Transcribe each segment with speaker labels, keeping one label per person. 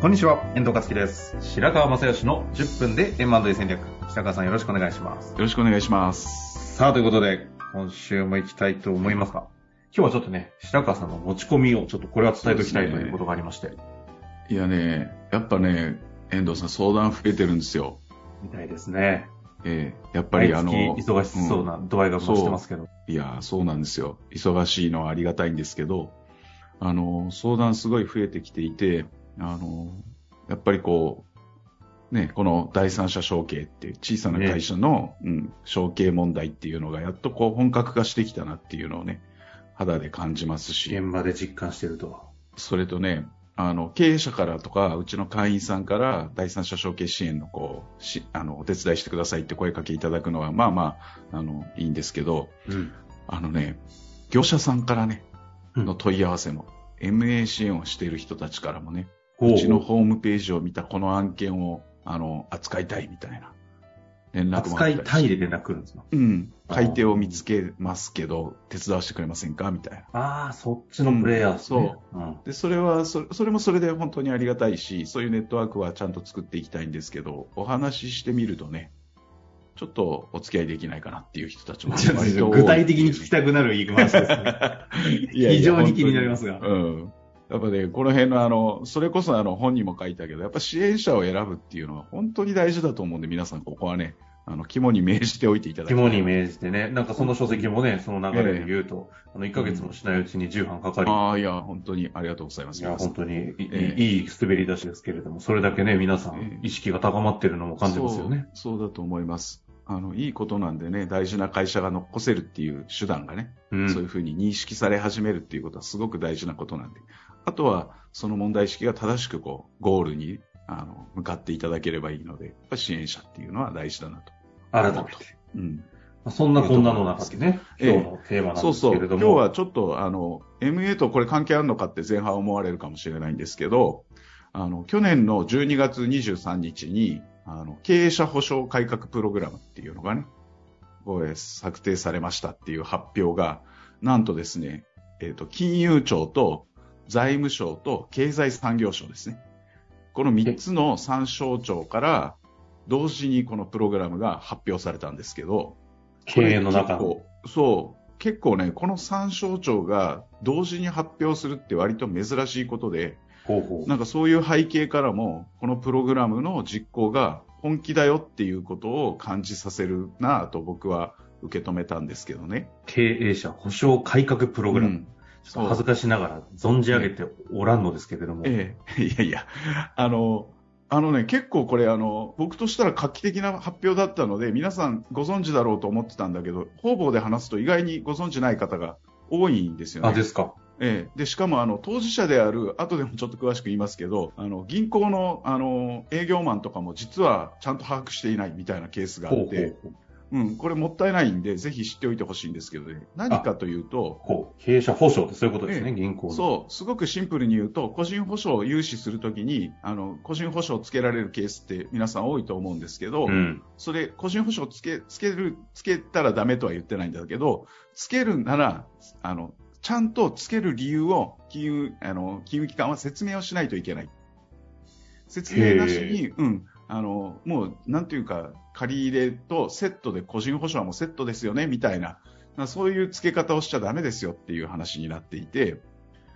Speaker 1: こんにちは、遠藤克樹です。白川正義の10分で M&A 戦略。白川さんよろしくお願いします。
Speaker 2: よろしくお願いします。
Speaker 1: さあ、ということで、今週も行きたいと思いますが、今日はちょっとね、白川さんの持ち込みをちょっとこれは伝えておきたいということがありまして、
Speaker 2: いやね、やっぱね、遠藤さん相談増えてるんですよ。
Speaker 1: みたいですね。
Speaker 2: ええやっぱ
Speaker 1: 毎
Speaker 2: り
Speaker 1: 月
Speaker 2: あの、
Speaker 1: 忙しそうな度合いが増してますけど。
Speaker 2: いや、そうなんですよ。忙しいのはありがたいんですけど、あの、相談すごい増えてきていて、あの、やっぱりこう、ね、この第三者承継っていう小さな会社の、うん、承継問題っていうのがやっとこう本格化してきたなっていうのをね、肌で感じますし。
Speaker 1: 現場で実感してると。
Speaker 2: それとね、あの、経営者からとか、うちの会員さんから、第三者承継支援の、こう、し、あの、お手伝いしてくださいって声かけいただくのは、まあまあ、あの、いいんですけど、
Speaker 1: うん。
Speaker 2: あのね、業者さんからね、
Speaker 1: うん
Speaker 2: の問い合わせも、MA 支援をしている人たちからもね、
Speaker 1: こ
Speaker 2: うちのホームページを見たこの案件を、あの、扱いたいみたいな、連絡もあ
Speaker 1: 扱
Speaker 2: ったり
Speaker 1: い
Speaker 2: して
Speaker 1: たいで連絡来るんですよ。
Speaker 2: うん。改定を見つけますけど、手伝わせてくれませんかみたいな。
Speaker 1: ああ、そっちのプレイヤーですね。うん。
Speaker 2: で、それはそれ、それもそれで本当にありがたいし、そういうネットワークはちゃんと作っていきたいんですけど、お話ししてみるとね、ちょっとお付き合いできないかなっていう人たち も。
Speaker 1: ちょっと具体的に聞きたくなる言い回しですね。非常に気になりますすが。
Speaker 2: うん。やっぱね、この辺のあの、それこそあの、本にも書いたけど、やっぱ支援者を選ぶっていうのは本当に大事だと思うんで、皆さんここはね、あの、肝に銘じておいていただきたい。
Speaker 1: 肝に銘じてね、なんかその書籍もね、その流れで言うと、あの、1ヶ月もしないうちに重版かかり、
Speaker 2: ああ、いや、本当にありがとうございます。
Speaker 1: いや、本当にいい,、
Speaker 2: ええ
Speaker 1: いい滑り出しですけれども、それだけね、皆さん
Speaker 2: ええ
Speaker 1: 意識が高まってるのも感じますよね。
Speaker 2: そう。そうだと思います。あの、いいことなんでね、大事な会社が残せるっていう手段がね、
Speaker 1: うん
Speaker 2: そういうふうに認識され始めるっていうことはすごく大事なことなんで、あとは、その問題意識が正しくこう、ゴールに、あの、向かっていただければいいので、やっぱ支援者っていうのは大事だなと。
Speaker 1: 改めて。
Speaker 2: うん。
Speaker 1: まあ、そんなこんなの中でね、
Speaker 2: ええ
Speaker 1: 今日のテーマなん
Speaker 2: そ
Speaker 1: で
Speaker 2: う
Speaker 1: す
Speaker 2: そう。
Speaker 1: けれ
Speaker 2: 今
Speaker 1: ども。
Speaker 2: 日はちょっと、あの、MA とこれ関係あるのかって前半思われるかもしれないんですけど、あの、去年の12月23日に、あの、経営者保障改革プログラムっていうのがね、これ策定されましたっていう発表が、なんとですね、えっ、と、金融庁と財務省と経済産業省ですね。この3つの3省庁から、同時にこのプログラムが発表されたんですけど、
Speaker 1: 経営の中の。
Speaker 2: これ結構そう。結構ね、この3省庁が同時に発表するって割と珍しいことで、
Speaker 1: 方法。
Speaker 2: なんかそういう背景からも、このプログラムの実行が本気だよっていうことを感じさせるなぁと僕は受け止めたんですけどね。
Speaker 1: 経営者保障改革プログラム。
Speaker 2: うん
Speaker 1: ちょっと恥ずかしながら存じ上げておらんのですけれども。
Speaker 2: ええ、 いやいや、あの、あのね、結構これあの、僕としたら画期的な発表だったので、皆さんご存知だろうと思ってたんだけど、方々で話すと意外にご存知ない方が多いんですよね。
Speaker 1: あ、ですか。
Speaker 2: ええ、でしかもあの当事者である、後でもちょっと詳しく言いますけど、あの銀行のあの営業マンとかも実はちゃんと把握していないみたいなケースがあ
Speaker 1: ほう
Speaker 2: って、
Speaker 1: ほう
Speaker 2: うん、これもったいないんで、ぜひ知っておいてほしいんですけどね、何かというと、
Speaker 1: ほう。経営者保障ってそういうことですね、
Speaker 2: ええ
Speaker 1: 銀行の。
Speaker 2: そう、すごくシンプルに言うと、個人保証を融資するときにあの、個人保証をつけられるケースって皆さん多いと思うんですけど、
Speaker 1: うん。
Speaker 2: それ、個人保証つけ、つける、つけたらダメとは言ってないんだけど、つけるなら、あの、ちゃんとつける理由を、金融、あの、金融機関は説明をしないといけない。説明なしに、うん、あの、もう、なんていうか、借り入れとセットで、個人保証はもうセットですよね、みたいな、なそういう付け方をしちゃダメですよっていう話になっていて、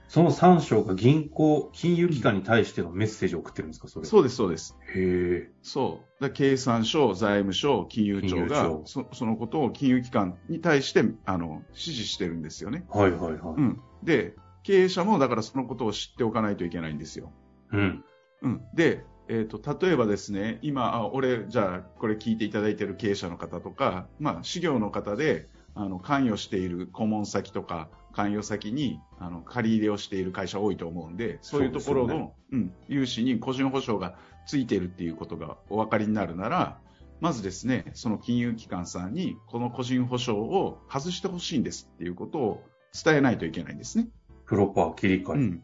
Speaker 1: その3省が銀行、金融機関に対してのメッセージを送ってるんですか、それ。
Speaker 2: そうです、そうです。
Speaker 1: へえ。
Speaker 2: そう。だから経産省、財務省、金融庁
Speaker 1: 金
Speaker 2: が
Speaker 1: 融庁
Speaker 2: そ、そのことを金融機関に対して、あの、指示してるんですよね。
Speaker 1: はいはいは
Speaker 2: う
Speaker 1: い。
Speaker 2: ん。で、経営者もだからそのことを知っておかないといけないんですよ。
Speaker 1: うん。
Speaker 2: うん。で、えっ、と、例えばですね、今、あ、俺、じゃあ、これ聞いていただいている経営者の方とか、まあ、事業の方で、あの、関与している顧問先とか、関与先に、あの、借り入れをしている会社多いと思うんで、そういうところ
Speaker 1: そうです
Speaker 2: の、
Speaker 1: よ
Speaker 2: うん、融資に個人保証がついているっていうことがお分かりになるなら、まずですね、その金融機関さんに、この個人保証を外してほしいんですっていうことを伝えないといけないんですね。
Speaker 1: プロパー切り替え。
Speaker 2: うん。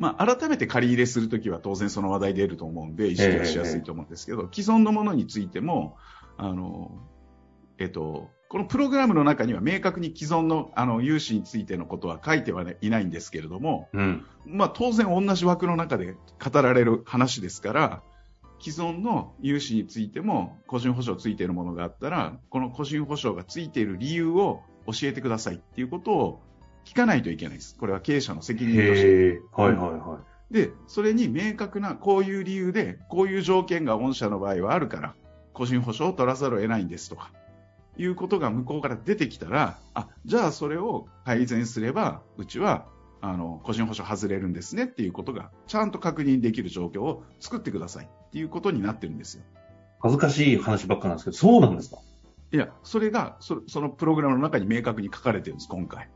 Speaker 2: まあ、改めて借り入れするときは当然その話題出ると思うんで、意識がしやすいと思うんですけど、既存のものについても、あの、えっと、このプログラムの中には明確に既存のあの融資についてのことは書いてはねいないんですけれども、
Speaker 1: うん。
Speaker 2: まあ、当然同じ枠の中で語られる話ですから既存の融資についても個人保証ついているものがあったらこの個人保証がついている理由を教えてくださいっていうことを聞かないといけないです。これは経営者の責任として。
Speaker 1: へえ。はいはいは
Speaker 2: で、それに明確なこういう理由で、こういう条件が御社の場合はあるから、個人保証を取らざるを得ないんですとか、いうことが向こうから出てきたら、あ、じゃあそれを改善すれば、うちは、あの、個人保証外れるんですねっていうことが、ちゃんと確認できる状況を作ってくださいっていうことになってるんですよ。
Speaker 1: い。恥ずかしい話ばっかなんですけど、そうなんですか
Speaker 2: いや、それがそ、そのプログラムの中に明確に書かれてるんです、今回。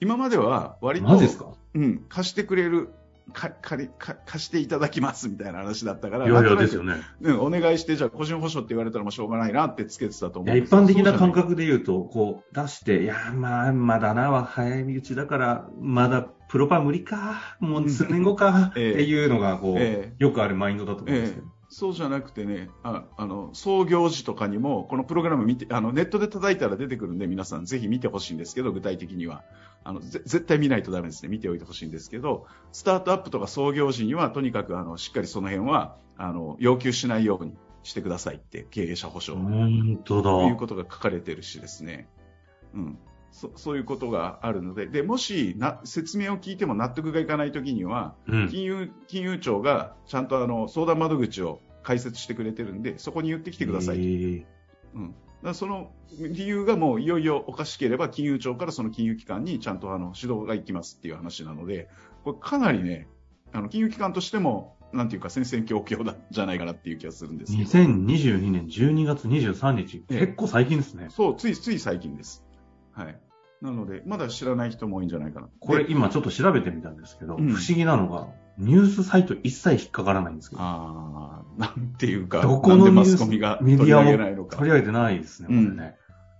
Speaker 2: 今までは割と、
Speaker 1: マジですか
Speaker 2: うん、貸してくれる、か借りか貸していただきますみたいな話だったか
Speaker 1: い
Speaker 2: ら、
Speaker 1: やい
Speaker 2: な
Speaker 1: や
Speaker 2: んとなく
Speaker 1: ですよね。
Speaker 2: うん、お願いして、じゃあ個人保証って言われたらもうしょうがないなってつけてたと
Speaker 1: い
Speaker 2: 思う
Speaker 1: や
Speaker 2: んで
Speaker 1: 一
Speaker 2: すよ。
Speaker 1: 般的な感
Speaker 2: そう
Speaker 1: 覚で言うと、こう出して、いや、まあ、まだなは早いうちだから、まだプロパ無理か、もう数年後か、って
Speaker 2: ええ
Speaker 1: いうのがこう、
Speaker 2: じゃない。ええ
Speaker 1: よくあるマインドだと思うんですけ
Speaker 2: ええ
Speaker 1: ど、
Speaker 2: そうじゃなくてねあ、あの、創業時とかにも、このプログラム見て、あの、ネットで叩いたら出てくるんで、皆さんぜひ見てほしいんですけど、具体的には。あの、ぜ絶対見ないとダメですね。見ておいてほしいんですけど、スタートアップとか創業時には、とにかく、あの、しっかりその辺は、あの、要求しないようにしてくださいって、経営者保証を。
Speaker 1: 本当
Speaker 2: という
Speaker 1: だ。
Speaker 2: ことが書かれてるしですね、うん、そそういうことがあるので、でもしな説明を聞いても納得がいかないときには、
Speaker 1: うん。
Speaker 2: 金融金融庁がちゃんとあの相談窓口を開設してくれてるんで、そこに言ってきてくださいと、
Speaker 1: い。
Speaker 2: だからその理由がもういよいよおかしければ、金融庁からその金融機関にちゃんとあの指導が行きますっていう話なので、これかなりね、あの金融機関としても、なんていうか、戦々恐々だじゃないかなっていう気がするんですけど。
Speaker 1: 2022年12月23日、
Speaker 2: ええ
Speaker 1: 結構最近ですね。
Speaker 2: そう、ついつい最近です。はい。なので、まだ知らない人も多いんじゃないかな。
Speaker 1: これ
Speaker 2: で、
Speaker 1: 今ちょっと調べてみたんですけど、
Speaker 2: うん
Speaker 1: 不思議なのが、ニュースサイト一切引っかからないんですけど、
Speaker 2: あー、なんていうか、
Speaker 1: どこの
Speaker 2: なんで
Speaker 1: ニュ
Speaker 2: マ
Speaker 1: ー
Speaker 2: ス
Speaker 1: ス
Speaker 2: コミが
Speaker 1: メ
Speaker 2: 取
Speaker 1: デ
Speaker 2: り
Speaker 1: ィア
Speaker 2: 上
Speaker 1: も
Speaker 2: げないのか
Speaker 1: 取。り上げてないですね、こ
Speaker 2: う
Speaker 1: れ
Speaker 2: ん
Speaker 1: ね。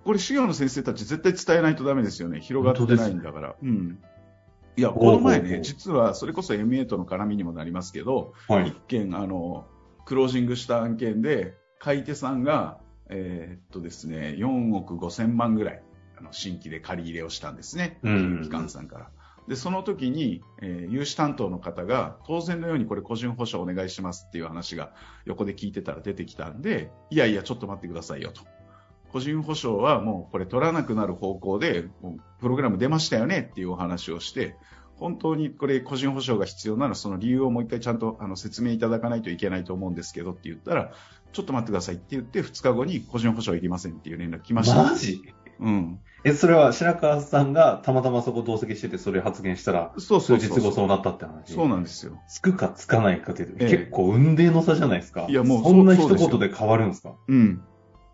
Speaker 2: これ、資料の先生たち絶対伝えないとダメですよね。広がってないんだから。うん。いや、
Speaker 1: ほう
Speaker 2: この前
Speaker 1: ほうほう
Speaker 2: ね、実は、それこそ M8 の絡みにもなりますけど、
Speaker 1: は
Speaker 2: 一
Speaker 1: い。
Speaker 2: 件、あの、クロージングした案件で、買い手さんが、えーっとですね、4億5千万ぐらい、あの新規で借り入れをしたんですね。
Speaker 1: うんうんうん
Speaker 2: 金融機関さんから。で、その時に、えー融資担当の方が、当然のようにこれ個人保証お願いしますっていう話が横で聞いてたら出てきたんで、いやいや、ちょっと待ってくださいよと。個人保証はもうこれ取らなくなる方向で、もうプログラム出ましたよねっていうお話をして、本当にこれ個人保証が必要ならその理由をもう一回ちゃんとあの説明いただかないといけないと思うんですけどって言ったら、ちょっと待ってくださいって言って2日後に個人保証いりませんっていう連絡来ました。
Speaker 1: マジ
Speaker 2: うん。
Speaker 1: え、それは白川さんがたまたまそこ同席してて、それ発言したら、
Speaker 2: そうそ
Speaker 1: 数
Speaker 2: う
Speaker 1: 日
Speaker 2: そう。
Speaker 1: 後そうなったって話。
Speaker 2: そうなんですよ。
Speaker 1: つくかつかないかっていうと、
Speaker 2: ええ
Speaker 1: 結構運命の差じゃないですか。
Speaker 2: いやもう
Speaker 1: そんな
Speaker 2: そ
Speaker 1: 一
Speaker 2: うそうですよ
Speaker 1: 言で変わるんですか
Speaker 2: うん。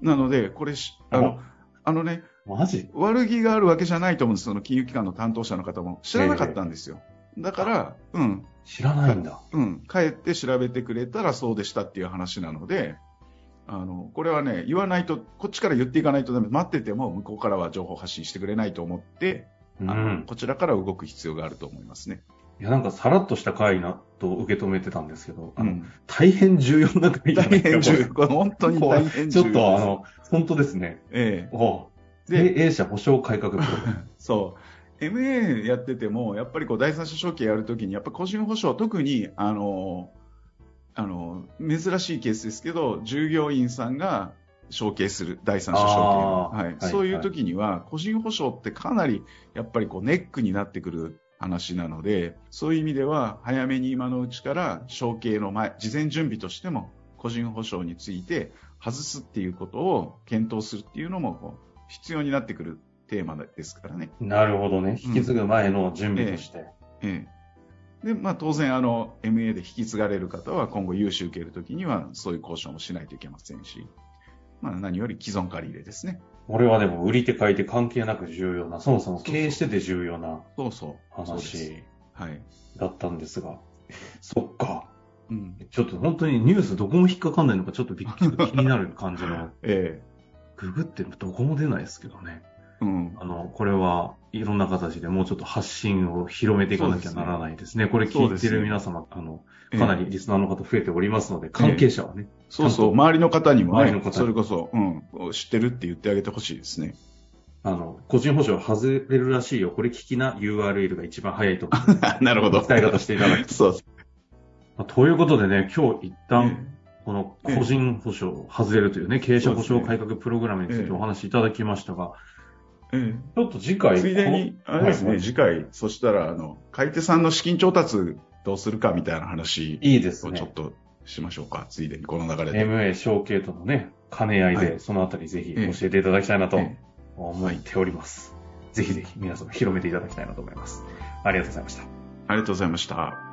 Speaker 2: なので、これし、あの、あのね、
Speaker 1: マジ
Speaker 2: 悪気があるわけじゃないと思うんです。その金融機関の担当者の方も知らなかったんですよ。だから、うん、
Speaker 1: 知らないんだ。
Speaker 2: うん、帰って調べてくれたらそうでしたっていう話なので、あの、これはね、言わないと、こっちから言っていかないとダメ。待ってても、向こうからは情報発信してくれないと思って、
Speaker 1: う
Speaker 2: あの
Speaker 1: ん。
Speaker 2: こちらから動く必要があると思いますね。
Speaker 1: いや、なんかさらっとした回なと受け止めてたんですけど、あ
Speaker 2: う
Speaker 1: の、
Speaker 2: ん、
Speaker 1: 大変重要な回じゃな
Speaker 2: 大
Speaker 1: い
Speaker 2: 変
Speaker 1: です
Speaker 2: 重
Speaker 1: か。
Speaker 2: 要。これ本当に
Speaker 1: これ
Speaker 2: 大変重
Speaker 1: ち
Speaker 2: 要
Speaker 1: ょっとあ、の、本当ですね。
Speaker 2: ええ
Speaker 1: おう
Speaker 2: で
Speaker 1: 経営者保証改革プログラム
Speaker 2: そう。MA やってても、やっぱりこう第三者承継やるときに、やっぱ個人保証、特に、あの、あの、珍しいケースですけど、従業員さんが承継する、第三者承継の
Speaker 1: あー
Speaker 2: はい
Speaker 1: はい
Speaker 2: そういう時には、個人保証ってかなり、やっぱりこうネックになってくる話なので、そういう意味では、早めに今のうちから承継の前、事前準備としても、個人保証について外すっていうことを検討するっていうのも、こう必要になってくるテーマですからね。
Speaker 1: なるほどね。引き継ぐ前の準備として。
Speaker 2: ええ。で、まあ当然、あの、MA で引き継がれる方は今後融資受けるときにはそういう交渉もしないといけませんし、まあ何より既存借り入れですね。
Speaker 1: 俺はでも売り手買い手関係なく重要な、そもそも経営してて重要な
Speaker 2: そうそう。そうです
Speaker 1: 話
Speaker 2: はい。
Speaker 1: だったんですが。そっか。
Speaker 2: うん。
Speaker 1: ちょっと本当にニュースどこも引っかかんないのかちょっとびっくり気になる感じの、
Speaker 2: え
Speaker 1: ググってもどこも出ないですけどね。
Speaker 2: えうん。
Speaker 1: あの、これはいろんな形でもうちょっと発信を広めていかなきゃならないですね。これ聞いてる皆様、あの、かな
Speaker 2: え
Speaker 1: りリスナーの方増えておりますので、関係者はね。
Speaker 2: えそうそう、周りの方にも
Speaker 1: 周りの
Speaker 2: ね
Speaker 1: 方、に
Speaker 2: それこそ、うん、知ってるって言ってあげてほしいですね。
Speaker 1: あの、個人保証外れるらしいよ。これ聞きな URL が一番早いと思う
Speaker 2: なるほど。
Speaker 1: 伝え方していただ く。
Speaker 2: そうそう。
Speaker 1: まあということでね、今日一旦、
Speaker 2: え
Speaker 1: この個人保証外れるというね、経営者保証改革プログラムについ
Speaker 2: え
Speaker 1: て
Speaker 2: え
Speaker 1: お話しいただきましたが、
Speaker 2: えええ
Speaker 1: ちょっと次回、
Speaker 2: ついでに、あれです
Speaker 1: は
Speaker 2: ね、
Speaker 1: い
Speaker 2: 次回、そしたら、あの、買い手さんの資金調達どうするかみたいな話
Speaker 1: いいです
Speaker 2: をちょ
Speaker 1: ね
Speaker 2: っ。としましょうか。ついでに、この流れで。
Speaker 1: MA 承継とのね、兼ね合いで、
Speaker 2: は
Speaker 1: そのあたりぜひ教えていただきたいなと
Speaker 2: え
Speaker 1: 思っております。ぜひぜひ皆様広めていただきたいなと思います。ありがとうございました。
Speaker 2: ありがとうございました。